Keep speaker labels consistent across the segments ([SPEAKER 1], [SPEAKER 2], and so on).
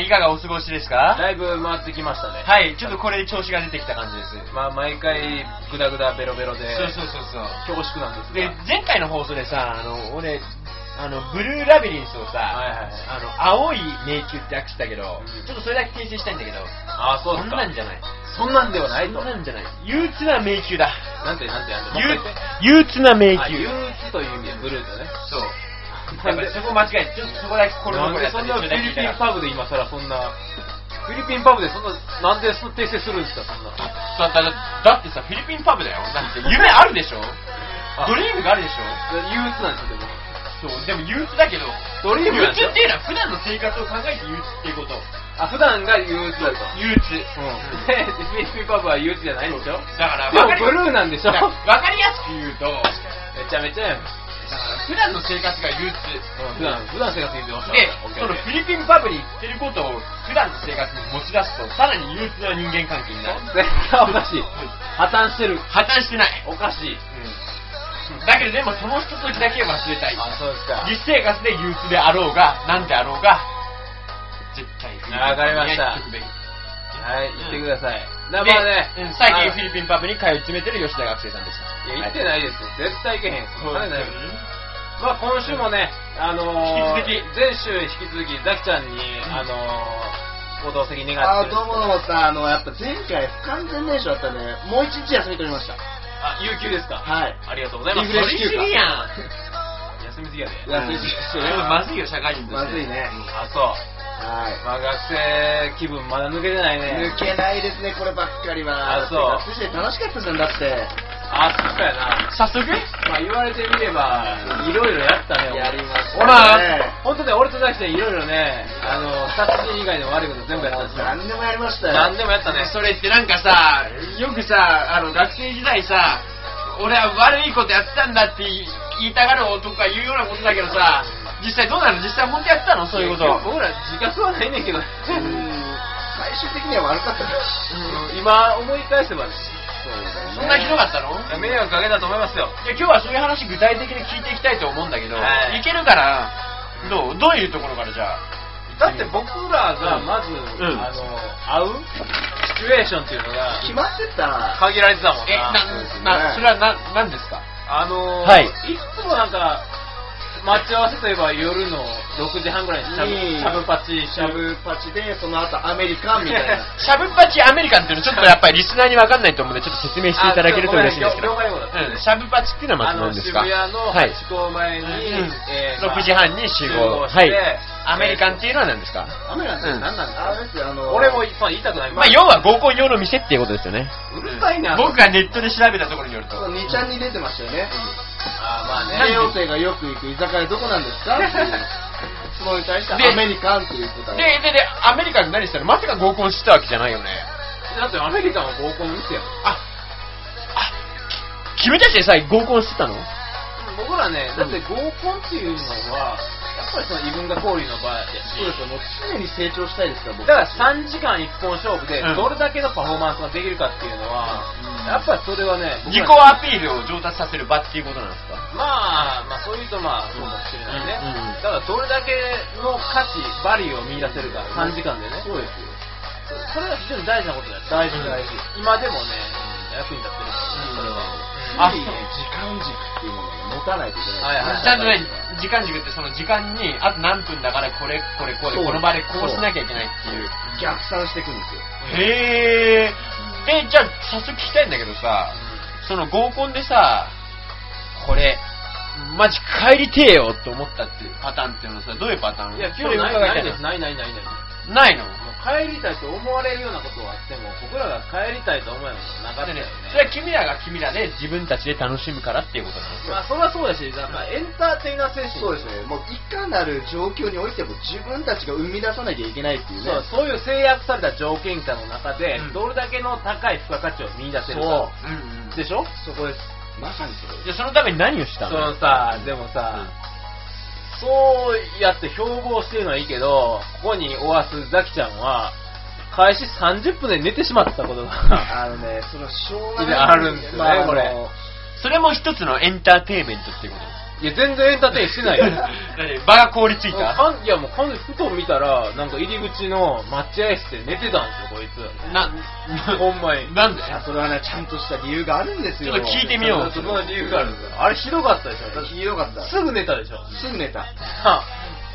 [SPEAKER 1] いかがお過ごしですか
[SPEAKER 2] だいぶ回ってきましたね。
[SPEAKER 1] はい、ちょっとこれで調子が出てきた感じです。
[SPEAKER 2] まあ、毎回、グダグダベロベロで、
[SPEAKER 1] そうそうそうそう。
[SPEAKER 2] 恐縮なんです
[SPEAKER 1] で
[SPEAKER 2] が。、
[SPEAKER 1] 前回の放送でさ、あの、俺、あの、ブルーラビリンスをさ、
[SPEAKER 2] はい
[SPEAKER 1] あ
[SPEAKER 2] はいはい
[SPEAKER 1] の、青い迷宮って訳したけど、
[SPEAKER 2] うん
[SPEAKER 1] ちょっとそれだけ訂正したいんだけど、
[SPEAKER 2] ああ、そうです
[SPEAKER 1] ん
[SPEAKER 2] か。
[SPEAKER 1] なんじゃない。
[SPEAKER 2] そんなんではな
[SPEAKER 1] そ
[SPEAKER 2] い
[SPEAKER 1] ん
[SPEAKER 2] と。
[SPEAKER 1] なんじゃない。憂鬱な迷宮 だ。
[SPEAKER 2] なんて、なんて、なんて。
[SPEAKER 1] 憂憂鬱な迷
[SPEAKER 2] あ、憂
[SPEAKER 1] 宮。
[SPEAKER 2] 鬱という意味でブルーだね。
[SPEAKER 1] そう。
[SPEAKER 2] な
[SPEAKER 1] や
[SPEAKER 2] ん
[SPEAKER 1] っ
[SPEAKER 2] で
[SPEAKER 1] ぱそこ間違えて、ちょっとそこだけこれ
[SPEAKER 2] なんでそんなフィリピンパブで今更そんな、フィリピンパブでそんな、なんで訂正するんですか、そんな。
[SPEAKER 1] だだだだってさ、フィリピンパブだよ。だって夢あるでしょドリームがあるでしょ
[SPEAKER 2] 憂鬱なんですよ、でも。
[SPEAKER 1] そう、でも憂鬱だけど、
[SPEAKER 2] ドリーム
[SPEAKER 1] 憂
[SPEAKER 2] なん
[SPEAKER 1] 鬱っ
[SPEAKER 2] ですよ
[SPEAKER 1] ていうのは普段の生活を考えて憂鬱っていうこと。
[SPEAKER 2] あ、普段が憂鬱だと。
[SPEAKER 1] 憂鬱。
[SPEAKER 2] うん。で、フィリピンパブは憂鬱じゃないんでしょ
[SPEAKER 1] だから、
[SPEAKER 2] で
[SPEAKER 1] わ
[SPEAKER 2] も
[SPEAKER 1] かり
[SPEAKER 2] ブルーなんでしょ
[SPEAKER 1] だからわかりやすく言うと、だか
[SPEAKER 2] めちゃめちゃやん。
[SPEAKER 1] ら普段の生活が憂鬱。
[SPEAKER 2] 普段、普段生活に出ました。
[SPEAKER 1] で
[SPEAKER 2] オッ、ケ
[SPEAKER 1] そ
[SPEAKER 2] ーオ
[SPEAKER 1] の
[SPEAKER 2] ッケー
[SPEAKER 1] フィリピンパブに行ってることを普段の生活に持ち出すと、さらに憂鬱な人間関係になる。
[SPEAKER 2] 絶対おかしい。破綻してる。
[SPEAKER 1] 破綻してない。
[SPEAKER 2] おかしい。
[SPEAKER 1] だけどでもそのひとときだけは忘れたい。
[SPEAKER 2] あ、そうです
[SPEAKER 1] 実生活で憂鬱であろうが、なんであろうが、絶対フィリピンパブに
[SPEAKER 2] わかりました
[SPEAKER 1] は行っとくべき
[SPEAKER 2] はい、行ってください。
[SPEAKER 1] で
[SPEAKER 2] だからね
[SPEAKER 1] うん、最近フィ
[SPEAKER 2] リ
[SPEAKER 1] リピンパブに通い詰めてる吉田学生さんでし
[SPEAKER 2] ピ
[SPEAKER 1] た。
[SPEAKER 2] ン。いや、行って
[SPEAKER 1] い。
[SPEAKER 2] ないですよ。絶対行けへん。
[SPEAKER 1] そう
[SPEAKER 2] 金ないもんまあ今週もね、あのー、
[SPEAKER 1] 引き続き
[SPEAKER 2] 前週引き続き、ザキちゃんに、あのー、ご同席願っ
[SPEAKER 3] あ
[SPEAKER 2] て
[SPEAKER 3] ー、どうもどうもさ、あの、やっぱ前回不完全燃焼だったんで、もう一日休み取りました。
[SPEAKER 2] あ、有給ですか
[SPEAKER 3] はい。
[SPEAKER 2] ありがとうございます。
[SPEAKER 3] リフレッシ
[SPEAKER 1] 取
[SPEAKER 3] ュ
[SPEAKER 1] りすぎやん。
[SPEAKER 2] 休みすぎやで。
[SPEAKER 3] 休みすぎ
[SPEAKER 1] それはまずいよ、社会人と
[SPEAKER 3] ま
[SPEAKER 1] して。
[SPEAKER 3] ずいね。
[SPEAKER 2] あ、そう。
[SPEAKER 3] は
[SPEAKER 2] まあ学生気分まだ抜けてない
[SPEAKER 3] い。
[SPEAKER 2] ね。
[SPEAKER 3] 抜けないですね、こればっかり
[SPEAKER 2] あ
[SPEAKER 3] は。
[SPEAKER 2] そう
[SPEAKER 3] 学生時代楽しかったじゃん、だって。
[SPEAKER 2] あ、そうかやな。
[SPEAKER 1] 早速
[SPEAKER 2] まあ言われてみれば、いろいろやったね、俺
[SPEAKER 3] やりましたね
[SPEAKER 2] 俺は、本当ね、俺とザキちゃんいろいろね、あの、殺人以外の悪いこと全部やったんですよ。
[SPEAKER 3] 何でもやりましたよ。
[SPEAKER 2] 何でもやったね。
[SPEAKER 1] それってなんかさ、よくさ、あの学生時代さ、俺は悪いことやってたんだって言い言いたがる男が言うようなことだけどさ、実際どうなの実際本当やってたのそういうこと。
[SPEAKER 2] や僕ら自覚はないねんけど。
[SPEAKER 3] うーん最終的には悪かったから。
[SPEAKER 2] うん今思い返せばね
[SPEAKER 1] そんなひどかったの
[SPEAKER 2] いや迷惑かけたと思いますよ
[SPEAKER 1] いや今日はそういう話具体的に聞いていきたいと思うんだけど、
[SPEAKER 2] はい
[SPEAKER 1] い、けるかなどうどういうところからじゃあ
[SPEAKER 2] だって僕らがまず、
[SPEAKER 1] ん
[SPEAKER 2] あの会うシチュエーションっていうのが
[SPEAKER 3] 決まってた。
[SPEAKER 2] 限られてたもん
[SPEAKER 1] え
[SPEAKER 2] な
[SPEAKER 1] な
[SPEAKER 3] そうですね
[SPEAKER 1] なそれはな何ですか
[SPEAKER 2] あのー
[SPEAKER 1] はい
[SPEAKER 2] いつもなんか待ち合わせといえば夜の6時半ぐらいにしゃぶ
[SPEAKER 3] う
[SPEAKER 2] し
[SPEAKER 3] ん
[SPEAKER 2] ゃぶパチ
[SPEAKER 3] シャブパチで、その後アメリカンみた いな。
[SPEAKER 1] シャブパチアメリカンっていうのちょっとやっぱりリスナーに分かんないと思うんでちょっと説明していただけると嬉しいんですけど
[SPEAKER 2] あちょっとごめん了解了解
[SPEAKER 1] うんシャブパチっていうのは
[SPEAKER 2] あ
[SPEAKER 1] まず何
[SPEAKER 2] の
[SPEAKER 1] です
[SPEAKER 2] 渋
[SPEAKER 1] か
[SPEAKER 2] 谷の
[SPEAKER 1] はい、
[SPEAKER 2] 思考前に、
[SPEAKER 1] うん
[SPEAKER 2] えーまあ
[SPEAKER 1] 6時半に集合
[SPEAKER 2] 集
[SPEAKER 1] は
[SPEAKER 2] 合し
[SPEAKER 1] い
[SPEAKER 2] て
[SPEAKER 1] アメリカンっていうのは何ですか、
[SPEAKER 3] アメリカンって何なんだあれですよあの、
[SPEAKER 2] 俺も、まあ、言いたくない、
[SPEAKER 1] まあ要は合コン用の店っていうことですよね
[SPEAKER 2] うるさいな
[SPEAKER 1] 僕がネットで調べたところによると
[SPEAKER 3] そう2ちゃんに出てましたよね。
[SPEAKER 2] あーまあね
[SPEAKER 3] 西洋生がよく行く居酒屋どこなんですかっていう質問に対して
[SPEAKER 1] で
[SPEAKER 3] アメリカンっていう答
[SPEAKER 1] で
[SPEAKER 3] え
[SPEAKER 1] ででアメリカンで何したのまさか合コンしてたわけじゃないよね
[SPEAKER 2] だってアメリカンは合コンですよ
[SPEAKER 1] あ、あ、き君たちでさえ合コンしてたの
[SPEAKER 2] 僕らね、だって合コンっていうのは、やっぱりその異文化交流の場や
[SPEAKER 3] そうで
[SPEAKER 2] し、
[SPEAKER 3] すよもう常に成長したいですから僕
[SPEAKER 2] だから3時間1本勝負で
[SPEAKER 1] うん、
[SPEAKER 2] どれだけのパフォーマンスができるかっていうのは
[SPEAKER 1] うん、
[SPEAKER 2] やっぱりそれはね、僕
[SPEAKER 1] 自己
[SPEAKER 2] ら
[SPEAKER 1] アピールを上達させる場っていうことなんですか
[SPEAKER 2] まあ、まあそういうとまあ、そうかもしれないね
[SPEAKER 1] うんうん。
[SPEAKER 2] だからどれだけの価値、バリューを見出せるか、3時間でね。
[SPEAKER 3] そうですよ
[SPEAKER 2] それが非常に大事なことだよ。
[SPEAKER 3] 大事
[SPEAKER 1] うん
[SPEAKER 3] 大事、
[SPEAKER 2] 今でもね、役に立ってるからね、それは。
[SPEAKER 1] あ
[SPEAKER 3] あね時間軸っていうものが持たないといけない、
[SPEAKER 2] はいはい
[SPEAKER 1] ちゃんとね、時間軸ってその時間にあと何分だからこれこれこれ
[SPEAKER 3] そう
[SPEAKER 1] この場でこうしなきゃいけないっていう
[SPEAKER 3] 逆算していくんです
[SPEAKER 1] へ
[SPEAKER 3] よ
[SPEAKER 1] えでじゃあ早速聞きたいんだけどさその合コンでさこれマジ帰りてえよって思ったっていうパターンっていうのはさどういうパターン
[SPEAKER 2] いや、今
[SPEAKER 1] そ
[SPEAKER 2] 日
[SPEAKER 1] れ
[SPEAKER 2] ない
[SPEAKER 1] 伺い
[SPEAKER 2] な
[SPEAKER 1] た
[SPEAKER 2] いで
[SPEAKER 1] の
[SPEAKER 2] す。ないないないない。
[SPEAKER 1] ないの
[SPEAKER 2] もう帰りたいと思われるようなことはあっても僕らが帰りたいと思うようなことはなかった
[SPEAKER 1] で
[SPEAKER 2] よね
[SPEAKER 1] ね、それは君らが君らで自分たちで楽しむからっていうことなんですよ。
[SPEAKER 2] まあそれはそうだしなんかエンターテイナー精神
[SPEAKER 3] そうですねもういかなる状況においても自分たちが生み出さなきゃいけないっていうね
[SPEAKER 2] そうそういう制約された条件下の中で、
[SPEAKER 1] うん
[SPEAKER 2] どれだけの高い付加価値を見出せる
[SPEAKER 3] そ
[SPEAKER 2] か
[SPEAKER 1] うん
[SPEAKER 2] でしょ
[SPEAKER 3] そこですまさにそれ
[SPEAKER 1] じゃあそのために何をした
[SPEAKER 2] そ
[SPEAKER 1] の
[SPEAKER 2] のさでもさ、そうやって標榜してるのはいいけどここにおわすザキちゃんは開始30分で寝てしまったことが
[SPEAKER 3] あのねそのしょうが
[SPEAKER 2] あるんですよね
[SPEAKER 3] まああの
[SPEAKER 2] これ
[SPEAKER 1] それも一つのエンターテイメントっていうこと
[SPEAKER 2] いや、全然エンターテインし てないよ。
[SPEAKER 1] 何バラ凍りついた
[SPEAKER 2] かんいや、もう完全にふと見たら、なんか入り口の待合室で寝てたんですよ、こいつ。
[SPEAKER 1] な、
[SPEAKER 2] ほんまに。
[SPEAKER 1] なんで
[SPEAKER 3] いやそれはね、ちゃんとした理由があるんですよ。
[SPEAKER 1] ちょっと聞いてみよう
[SPEAKER 2] その理由があるんですよ。あれひどかったでしょだって
[SPEAKER 3] ひどかった。
[SPEAKER 2] すぐ寝たでしょ。
[SPEAKER 3] すぐ寝た。
[SPEAKER 2] あ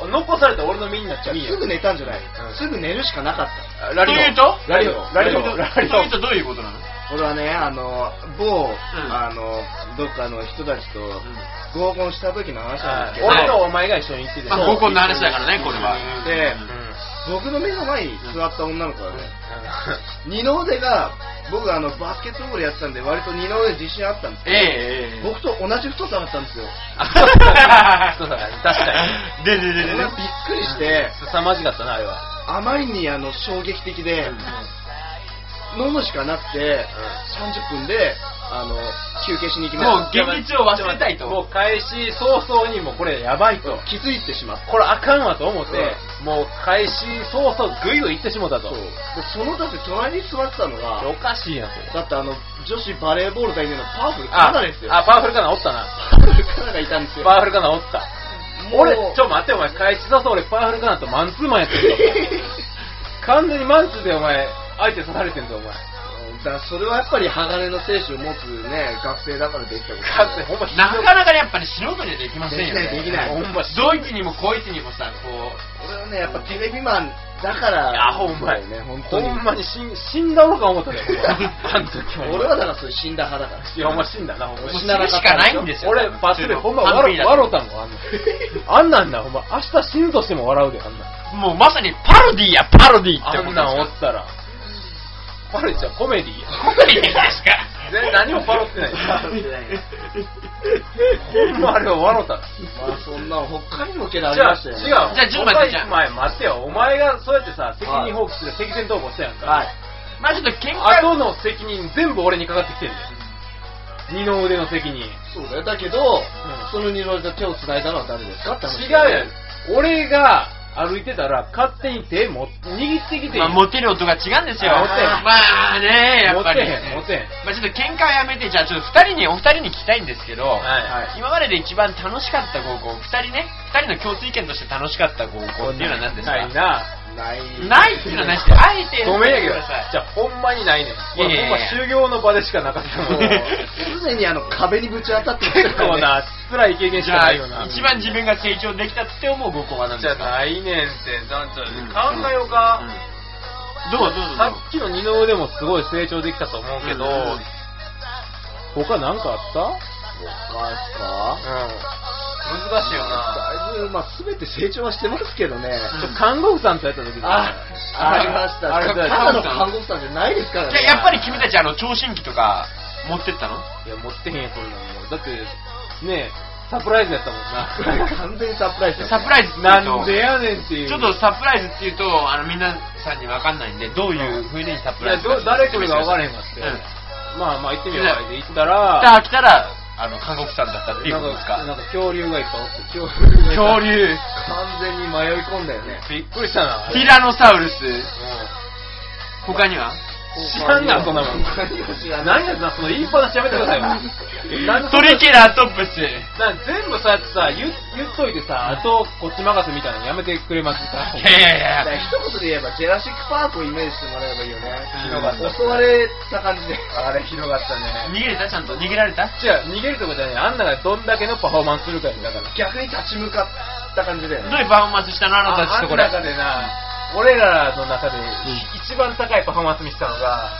[SPEAKER 2] 残された俺の身になっち
[SPEAKER 3] じ
[SPEAKER 2] ゃう。
[SPEAKER 3] ゃあ
[SPEAKER 2] いいよ
[SPEAKER 3] すぐ寝たんじゃない、
[SPEAKER 2] ん
[SPEAKER 3] すぐ寝るしかなかっ
[SPEAKER 2] ラリオ
[SPEAKER 1] というと
[SPEAKER 3] ラリオ
[SPEAKER 2] ラリオ
[SPEAKER 1] と
[SPEAKER 2] ラ
[SPEAKER 1] い
[SPEAKER 2] リ
[SPEAKER 1] う
[SPEAKER 2] オ
[SPEAKER 1] とどういうことなの
[SPEAKER 3] た。俺はね、あの、某、あの、どっかの人たちと合コンした時の話なんですけど、
[SPEAKER 2] 俺とお前が一緒に行ってて。
[SPEAKER 1] まあ合コンの話だからね、これは。
[SPEAKER 3] で
[SPEAKER 2] うんうん
[SPEAKER 3] 僕の目の前に座った女の子がね、二の腕が、僕あの、バスケットボールやってたんで、割と二の腕自信あったんです
[SPEAKER 1] え
[SPEAKER 3] け
[SPEAKER 1] え
[SPEAKER 3] ど、
[SPEAKER 1] ええ。
[SPEAKER 3] 僕と同じ太さだったんですよ。
[SPEAKER 1] あ
[SPEAKER 2] そうだね確か
[SPEAKER 1] に。 でででで
[SPEAKER 3] 俺
[SPEAKER 1] で
[SPEAKER 3] は。びっくりして、
[SPEAKER 2] 凄まじかったな、あれは。
[SPEAKER 3] あまりにあの衝撃的で、飲むしかなくて、30分で、あの、休憩しに行き
[SPEAKER 1] もう
[SPEAKER 3] まし
[SPEAKER 1] 現実を忘れたいと。
[SPEAKER 2] もう開始早々にもうこれやばいと。
[SPEAKER 3] た。気づいてしまった。
[SPEAKER 2] これあかんわと思って、もう開始早々グイグイ行ってしもたと。
[SPEAKER 3] そう。でそのだって隣に座ってたの
[SPEAKER 2] おか
[SPEAKER 3] が、
[SPEAKER 2] しいやん、それ。
[SPEAKER 3] だってあの、女子バレーボール代表のパワフルカナですよ。
[SPEAKER 2] あ、パワフルカナおったな。
[SPEAKER 3] パワフルカナがいたんですよ。
[SPEAKER 2] パワフルカナおった。
[SPEAKER 3] もう
[SPEAKER 2] 俺、ちょ、待って、お前、開始早々俺パワフルカナとマンツーマンやってるぞ。 完全にマンツーでお前、相手刺されてんぞ、お前。
[SPEAKER 3] だからそれはやっぱり鋼の精神を持つね、学生だからできたこと。
[SPEAKER 2] かつて、ほんまひどい
[SPEAKER 1] なかなかねやっぱり素人にはできませんよね。
[SPEAKER 3] できないできない
[SPEAKER 1] ほんま、ドイツにもこいつにもさ、こ
[SPEAKER 3] 俺はね、やっぱテレビマンだから、
[SPEAKER 2] あ、ほんまに
[SPEAKER 3] ね、本当
[SPEAKER 2] ほ
[SPEAKER 3] に。
[SPEAKER 2] ん まに死ん死んだのか思ったよ、あの時は。
[SPEAKER 3] 俺はだからそういう死んだ派だから。
[SPEAKER 2] いや、お前死んだな、ほんま
[SPEAKER 1] う、
[SPEAKER 2] に。
[SPEAKER 1] 死ぬしかないんですよ。
[SPEAKER 2] 俺、バスでほんま笑う笑うたんわ、あんなん。あ んなんな、ほんま、明日死ぬとしても笑うで、あんなん。
[SPEAKER 1] もうまさにパロディや、パロディって
[SPEAKER 2] あ
[SPEAKER 1] こと
[SPEAKER 2] んなんお
[SPEAKER 1] です
[SPEAKER 2] っ たら。パロディじゃんコメディや。
[SPEAKER 1] か。パロディですか
[SPEAKER 2] 全然何もパロってない。ほんまあれは笑うた。
[SPEAKER 3] まあそんな他にもけどあ
[SPEAKER 2] じ
[SPEAKER 3] り
[SPEAKER 2] ゃ
[SPEAKER 3] ま
[SPEAKER 2] あ、
[SPEAKER 3] し
[SPEAKER 2] 違
[SPEAKER 3] た
[SPEAKER 2] う。
[SPEAKER 3] よ、ね。
[SPEAKER 1] じゃあちょっと待ってじゃあ
[SPEAKER 2] お前、待ってよ。お前がそうやってさ、責任放棄して責任投稿したやんか。
[SPEAKER 3] はい。
[SPEAKER 1] まあちょっと喧嘩
[SPEAKER 2] 後の責任全部俺にかかってきてるんだよ。二の腕の責任。
[SPEAKER 3] そうだよ。だけど、その二の腕と手を繋いだのは誰ですかって話
[SPEAKER 2] 違うやん。俺が歩いてたら、勝手に手も握ってきて
[SPEAKER 1] まあ、モテる音が違うんですよ。
[SPEAKER 2] あモテへん
[SPEAKER 1] まあね、やっぱり。
[SPEAKER 2] モテへんモテへん
[SPEAKER 1] まあちょっと喧嘩はやめて、じゃあちょっと二人に、お二人に聞きたいんですけど、
[SPEAKER 2] はい。
[SPEAKER 1] 今までで一番楽しかった合コン、二人ね、二人の共通意見として楽しかった合コンっていうのは何ですか
[SPEAKER 2] ないな。
[SPEAKER 3] ない。
[SPEAKER 1] ないっていうのはないして、あえて。
[SPEAKER 2] ごめんやけど、
[SPEAKER 1] じ
[SPEAKER 2] じ
[SPEAKER 1] ゃ
[SPEAKER 2] ゃあほんまにないね
[SPEAKER 1] い
[SPEAKER 2] ん。
[SPEAKER 1] やいやいや
[SPEAKER 2] ほんま修行の場でしかなかった もん。
[SPEAKER 1] もう
[SPEAKER 3] 常にあの壁にぶち当たって
[SPEAKER 2] 結構な、辛い経験しか
[SPEAKER 1] あ
[SPEAKER 2] ないよな。
[SPEAKER 1] 一番自分が成長できたって思う合コンは何
[SPEAKER 2] じ
[SPEAKER 1] で
[SPEAKER 2] ゃ
[SPEAKER 1] すか
[SPEAKER 2] ないねんって、団長
[SPEAKER 1] うん
[SPEAKER 2] 考えようか。
[SPEAKER 1] どうぞどうぞ
[SPEAKER 2] さっきの二の腕もすごい成長できたと思うけど、
[SPEAKER 1] うんうん
[SPEAKER 2] 他なんかあっ
[SPEAKER 3] お母さん
[SPEAKER 2] たうん。難しいよな。
[SPEAKER 3] だいぶ、まあ全て成長はしてますけどね。
[SPEAKER 2] ちょ看護婦さんとやった時
[SPEAKER 3] あ、ありました。
[SPEAKER 2] あれ
[SPEAKER 3] た
[SPEAKER 2] だよ
[SPEAKER 3] だの看護婦さんじゃないですから
[SPEAKER 1] じゃあ
[SPEAKER 3] ね。
[SPEAKER 1] やっぱり君たちあの、聴診器とか持ってったの
[SPEAKER 2] いや、持ってへんや、そんなの。だって、ねえ、サプライズやったもん な。
[SPEAKER 3] 完全にサプライズだった
[SPEAKER 1] サプライズって言うと
[SPEAKER 2] なんでやねんっていう。
[SPEAKER 1] ちょっとサプライズっていうと、あの、皆さんにわかんないんで、どういう風にサプ
[SPEAKER 2] い
[SPEAKER 1] ラ
[SPEAKER 2] や
[SPEAKER 1] イズ
[SPEAKER 2] ど誰来るか分からへん
[SPEAKER 1] か
[SPEAKER 2] かって、
[SPEAKER 1] うん
[SPEAKER 2] まあまあ行ってみようか
[SPEAKER 1] うん
[SPEAKER 2] で行ったら
[SPEAKER 1] 来た、来たら、あの、韓国さんだったっていう
[SPEAKER 2] な
[SPEAKER 1] こ
[SPEAKER 2] ん
[SPEAKER 1] とですか
[SPEAKER 2] かなんか恐竜がいっぱいおって恐
[SPEAKER 1] 恐竜、
[SPEAKER 3] 完全に迷い込んだよね。
[SPEAKER 2] びっくりしたな
[SPEAKER 1] ティラノサウルス、他には
[SPEAKER 2] 知らんなそんなもん
[SPEAKER 3] 何も知らん
[SPEAKER 2] 何やなその言いっぱなしやめてくださいよなんで
[SPEAKER 1] ト
[SPEAKER 2] そん
[SPEAKER 1] リ
[SPEAKER 2] な
[SPEAKER 1] ケラトップス。
[SPEAKER 2] なんか全部そうやってさ言言っといてさあとこっち任せみたいなのやめてくれますか
[SPEAKER 1] いやいや
[SPEAKER 3] だ
[SPEAKER 1] いや。
[SPEAKER 3] から一言で言えば、ジェラシックパークをイメージしてもらえばいいよね。
[SPEAKER 1] 広がった
[SPEAKER 3] 襲われた感じで。あれ、広がった
[SPEAKER 1] 逃。げれたちゃんと逃げられた
[SPEAKER 2] 違う逃げるとこじゃないあんながどんだけのパフォーマンスするかやねだから
[SPEAKER 3] 逆に立ち向かった感じだよ
[SPEAKER 1] どう
[SPEAKER 3] ね。
[SPEAKER 1] いうパフォーマンスしたのあなたたちとこれ。
[SPEAKER 2] あん中でな俺らの中で一番高いパフォーマンス見せたのが、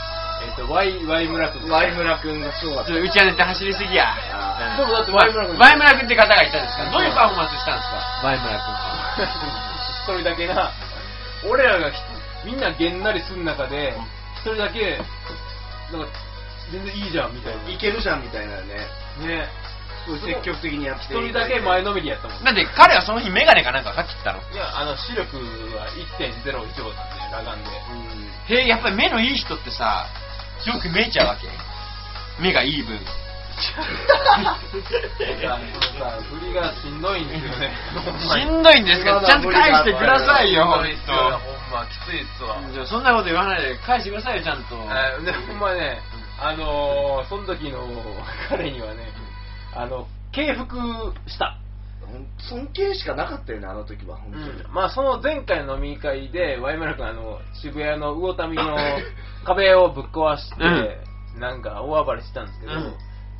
[SPEAKER 2] えっと Y, y 村君
[SPEAKER 3] ワイムラ君がすごかっ
[SPEAKER 1] ち
[SPEAKER 3] た。
[SPEAKER 1] ょっと打ち上げて走りすぎや。
[SPEAKER 3] あ
[SPEAKER 2] ー
[SPEAKER 1] うん
[SPEAKER 2] でもだってワイムラ君
[SPEAKER 1] ワイムラ君って方がいたんですかどういうパフォーマンスしたんですかワイムラ君
[SPEAKER 2] 一人だけな、俺らがひみんなげんなりする中で、一人だけ、なんか、全然いいじゃんみたい
[SPEAKER 3] いけるじゃんみたいなね。
[SPEAKER 2] な。ね。
[SPEAKER 3] 積極的にやって
[SPEAKER 2] 一人だけ前のめりやったもん。
[SPEAKER 1] だって彼はその日メガネかなんかかけてたの。
[SPEAKER 2] いや、あの、視力は1.0以上なんで、裸眼で。
[SPEAKER 3] うん
[SPEAKER 1] へえ、やっぱり目のいい人ってさ、よく見えちゃうわけ。目がいい分。
[SPEAKER 2] さ、そのさ、振りがしんどいんです よね。
[SPEAKER 1] しんどいんですから、ちゃんと返してくださいよ、ほん
[SPEAKER 2] いやほんま、きついっすわ。
[SPEAKER 1] と。じゃあそんなこと言わないで、返してくださいよ、ちゃんと。
[SPEAKER 2] あ ねほんまね、あのー、その時の彼にはね、あの、敬服した。
[SPEAKER 3] ほん尊敬しかなかったよね、あの時は。本当に
[SPEAKER 2] まあ、その前回の飲み会で、ワイマル君、あの、渋谷の魚民 の壁をぶっ壊して、なんか大暴れしたんですけど、
[SPEAKER 1] うん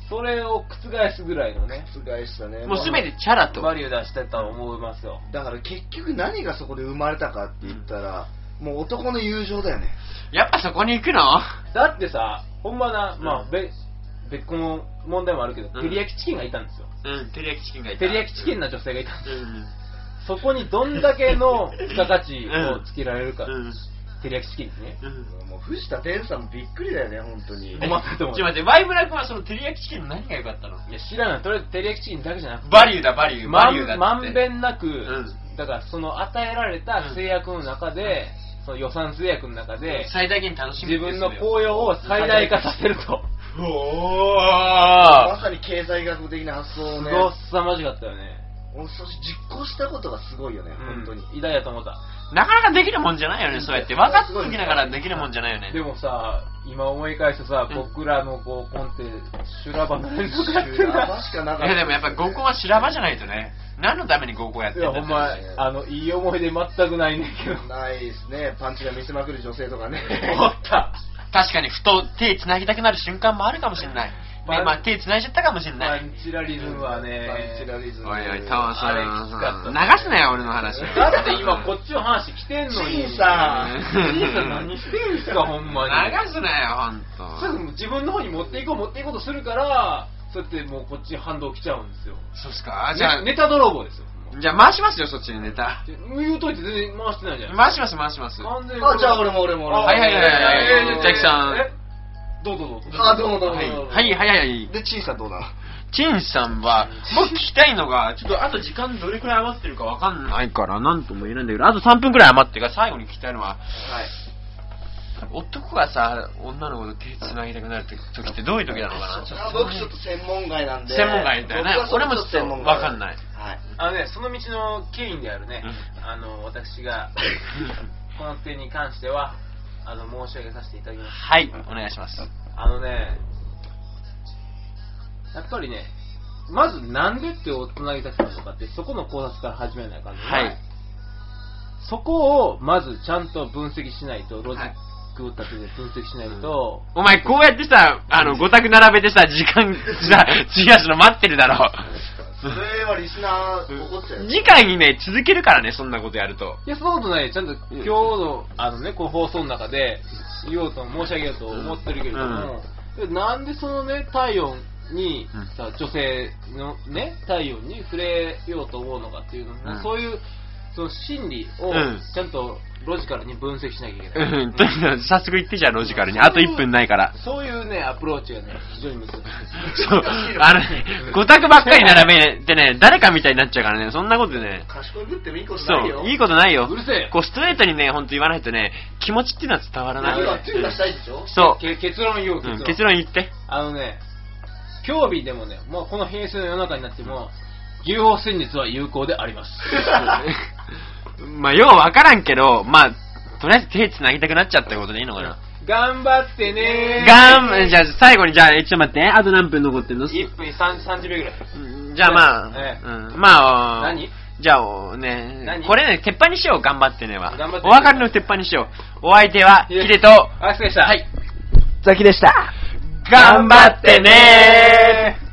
[SPEAKER 2] それを覆すぐらいのね、
[SPEAKER 3] 覆したね。
[SPEAKER 1] もうすべてチャラと。
[SPEAKER 2] バリュー出してたと思いますよ。
[SPEAKER 3] だから結局何がそこで生まれたかって言ったら、もう男の友情だよね。
[SPEAKER 1] やっぱそこに行くの
[SPEAKER 2] だってさ、ほんまな、まあ、
[SPEAKER 1] うん
[SPEAKER 2] べ別個の問題もあるけ
[SPEAKER 1] う
[SPEAKER 2] ど、
[SPEAKER 1] ん
[SPEAKER 2] 照り焼きチキンがいたんですよ。
[SPEAKER 1] うん、照り焼きチキンがいた。
[SPEAKER 2] 照り焼きチキンな女性がいたんです
[SPEAKER 1] うん。
[SPEAKER 2] そこにどんだけの付加価値をつけられるか、
[SPEAKER 1] うん。
[SPEAKER 2] 照り焼きチキンにね。
[SPEAKER 1] うん。
[SPEAKER 3] もう藤田天さんもびっくりだよね、本当に。
[SPEAKER 2] 困ったと思う
[SPEAKER 1] ちょ、待って、ワイブラ君はその照り焼きチキンの何が良かったの
[SPEAKER 2] いや、知らない。とりあえず照り焼きチキンだけじゃなくて、
[SPEAKER 1] バリューだ、バリュー。
[SPEAKER 2] ま
[SPEAKER 1] バ
[SPEAKER 2] ん
[SPEAKER 1] リューだって。
[SPEAKER 2] まんべんなく、
[SPEAKER 1] ん
[SPEAKER 2] だからその与えられた制約の中で、その予算制約の中で、
[SPEAKER 1] 最大限楽しみ
[SPEAKER 2] 自分の紅葉を最大化させると。
[SPEAKER 1] お
[SPEAKER 3] ま
[SPEAKER 1] お
[SPEAKER 3] さに経済学的な発想
[SPEAKER 2] す
[SPEAKER 3] を
[SPEAKER 2] ご
[SPEAKER 3] ね
[SPEAKER 2] い、凄まじかったよね。
[SPEAKER 3] 俺そして実行したことがすごいよね、本当に。
[SPEAKER 2] うん偉大やと思った。
[SPEAKER 1] なかなかできるもんじゃないよね、そうやって。分かっときながらできるもんじゃないよね。
[SPEAKER 2] でもさ、今思い返してさ、
[SPEAKER 1] うん
[SPEAKER 2] 僕らの合コンって、修羅場の連続やって
[SPEAKER 3] 修
[SPEAKER 2] ん
[SPEAKER 3] 羅場
[SPEAKER 2] な。
[SPEAKER 3] しかなかっ
[SPEAKER 1] い
[SPEAKER 3] た。
[SPEAKER 1] やでもやっぱ合コンは修羅場じゃないとね。何のために合コンやっ
[SPEAKER 2] い
[SPEAKER 1] てんだ
[SPEAKER 2] や、
[SPEAKER 1] って
[SPEAKER 2] ほんま、あの、いい思い出全くないねんけど。
[SPEAKER 3] ないですね、パンチが見せまくる女性と かね。
[SPEAKER 2] 思った。
[SPEAKER 1] 確かにふと手繋ぎたくなる瞬間もあるかもしれない。ね
[SPEAKER 2] まあ
[SPEAKER 1] まあ手繋いじゃったかもしれ
[SPEAKER 2] パ
[SPEAKER 1] ない。
[SPEAKER 2] ンチラリズムはね。
[SPEAKER 3] パンチラリズム。
[SPEAKER 1] おいおい、タワーさ
[SPEAKER 2] あれきつかった
[SPEAKER 1] ん、流すなよ、俺の話。
[SPEAKER 2] だって今こっちの話来てんのに。
[SPEAKER 3] シンさん
[SPEAKER 2] シンさん何してんすか、ほんまに。
[SPEAKER 1] 流すなよ、ほんと。
[SPEAKER 2] すぐ自分の方に持っていこう持っていこうとするから、そうやってもうこっちに反動来ちゃうんですよ。
[SPEAKER 1] そうっすかじゃあ、
[SPEAKER 2] ねネタ泥棒ですよ。ほんま
[SPEAKER 1] じゃあ回しますよ、そっちにネタ。
[SPEAKER 2] 言うといて全然回してないじゃん。
[SPEAKER 1] 回します、回します。
[SPEAKER 2] 完全に
[SPEAKER 3] あ、じゃあ俺も俺も俺も。
[SPEAKER 1] はいはいはいはいジャッキさん
[SPEAKER 2] えどうぞどうぞ。
[SPEAKER 3] あ、どうもどうも。
[SPEAKER 1] はい、
[SPEAKER 3] どうも
[SPEAKER 1] はい、はい、はい。
[SPEAKER 3] で、チンさんどうだ
[SPEAKER 1] チンさんは、僕聞きたいのが、ちょっとあと時間どれくらい余ってるかわかんないから、なんとも言えないんだけど、あと3分くらい余ってるから、最後に聞きたいのは、
[SPEAKER 3] はい。
[SPEAKER 1] 男がさ、女の子と手繋ぎたくなる時時ってどういう時なのかな、ちょっ
[SPEAKER 3] あ
[SPEAKER 1] と。
[SPEAKER 3] 僕ちょっと専門外なんで。
[SPEAKER 1] 専門外だよね
[SPEAKER 3] 僕はそれ
[SPEAKER 1] 俺もちょっと
[SPEAKER 3] 専門外
[SPEAKER 1] わかんない
[SPEAKER 3] はい。
[SPEAKER 2] あのね、その道の権威であるね、
[SPEAKER 1] う
[SPEAKER 2] あの、私が、この点に関しては、あの、申し上げさせていただきます。
[SPEAKER 1] はい、お願いします。
[SPEAKER 2] あのね、やっぱりね、まずなんでってをつなぎたくなるのかって、そこの考察から始めないかんのね
[SPEAKER 1] はい。
[SPEAKER 2] そこをまずちゃんと分析しないと、ロジ
[SPEAKER 1] は
[SPEAKER 2] ッ
[SPEAKER 1] い
[SPEAKER 2] クを立てて分析しないと、
[SPEAKER 1] お前、こうやってさ、あの、五択並べてさ、時間、さ、違うの待ってるだろ。
[SPEAKER 3] それはリスナー怒っちゃうよ。
[SPEAKER 1] 次回にね、続けるからね、そんなことやると。
[SPEAKER 2] いや、そんなことないよ。ちゃんと今日の、あのね、この放送の中で言おうと、申し上げようと思ってるけれども、でなんでそのね、体温に
[SPEAKER 1] うん、
[SPEAKER 2] さ、女性のね、体温に触れようと思うのかっていうのも、
[SPEAKER 1] うん
[SPEAKER 2] そういう、その心理を
[SPEAKER 1] うん
[SPEAKER 2] ちゃんとロジカルに分析しなきゃいけ
[SPEAKER 1] う
[SPEAKER 2] ない。
[SPEAKER 1] ん、と にかく早速言ってじゃあ、ロジカルに。あと1分ないから。
[SPEAKER 2] そういうね、アプローチがね、非常に難しい。
[SPEAKER 1] そう、あのね、五択ばっかり並べてね、誰かみたいになっちゃうからね、そんなことね。
[SPEAKER 3] 賢くってもいいこと
[SPEAKER 1] そ
[SPEAKER 3] ないよ。
[SPEAKER 1] う、いいことないよ
[SPEAKER 2] う。るせえよ
[SPEAKER 1] こう、ストレートにね、ほんと言わないとね、気持ちっていうのは伝わらない
[SPEAKER 3] 何。が注意がしたいでしょ
[SPEAKER 1] そ
[SPEAKER 2] け結論言お
[SPEAKER 1] う、
[SPEAKER 2] う、
[SPEAKER 1] うん、
[SPEAKER 2] 結
[SPEAKER 1] 結
[SPEAKER 2] 論。
[SPEAKER 1] 論言って。
[SPEAKER 2] あのね、今日日でもね、もうこの平成の世の中になっても、UFO 戦術は有効であり ます。
[SPEAKER 1] まあ、ようわからんけど、まあ、とりあえず手繋ぎたくなっちゃったことでいいのかな。
[SPEAKER 2] 頑張ってねー。
[SPEAKER 1] がん、じゃあ最後に、じゃあ、えちょっと待って、あと何分残ってんの
[SPEAKER 2] 1分3 30秒ぐらい。
[SPEAKER 1] うんじゃあまあ、
[SPEAKER 2] ええ
[SPEAKER 1] うん、まあ、
[SPEAKER 2] 何
[SPEAKER 1] じゃあお、ね
[SPEAKER 2] 何、
[SPEAKER 1] これね、鉄板にしよう、頑張ってねは。
[SPEAKER 2] 頑張って
[SPEAKER 1] お別れの鉄板にしよう。お相手は、
[SPEAKER 2] い
[SPEAKER 1] ヒ
[SPEAKER 2] や
[SPEAKER 1] デと、
[SPEAKER 2] あ、失礼した。はい。
[SPEAKER 1] ザキでした。頑張ってねー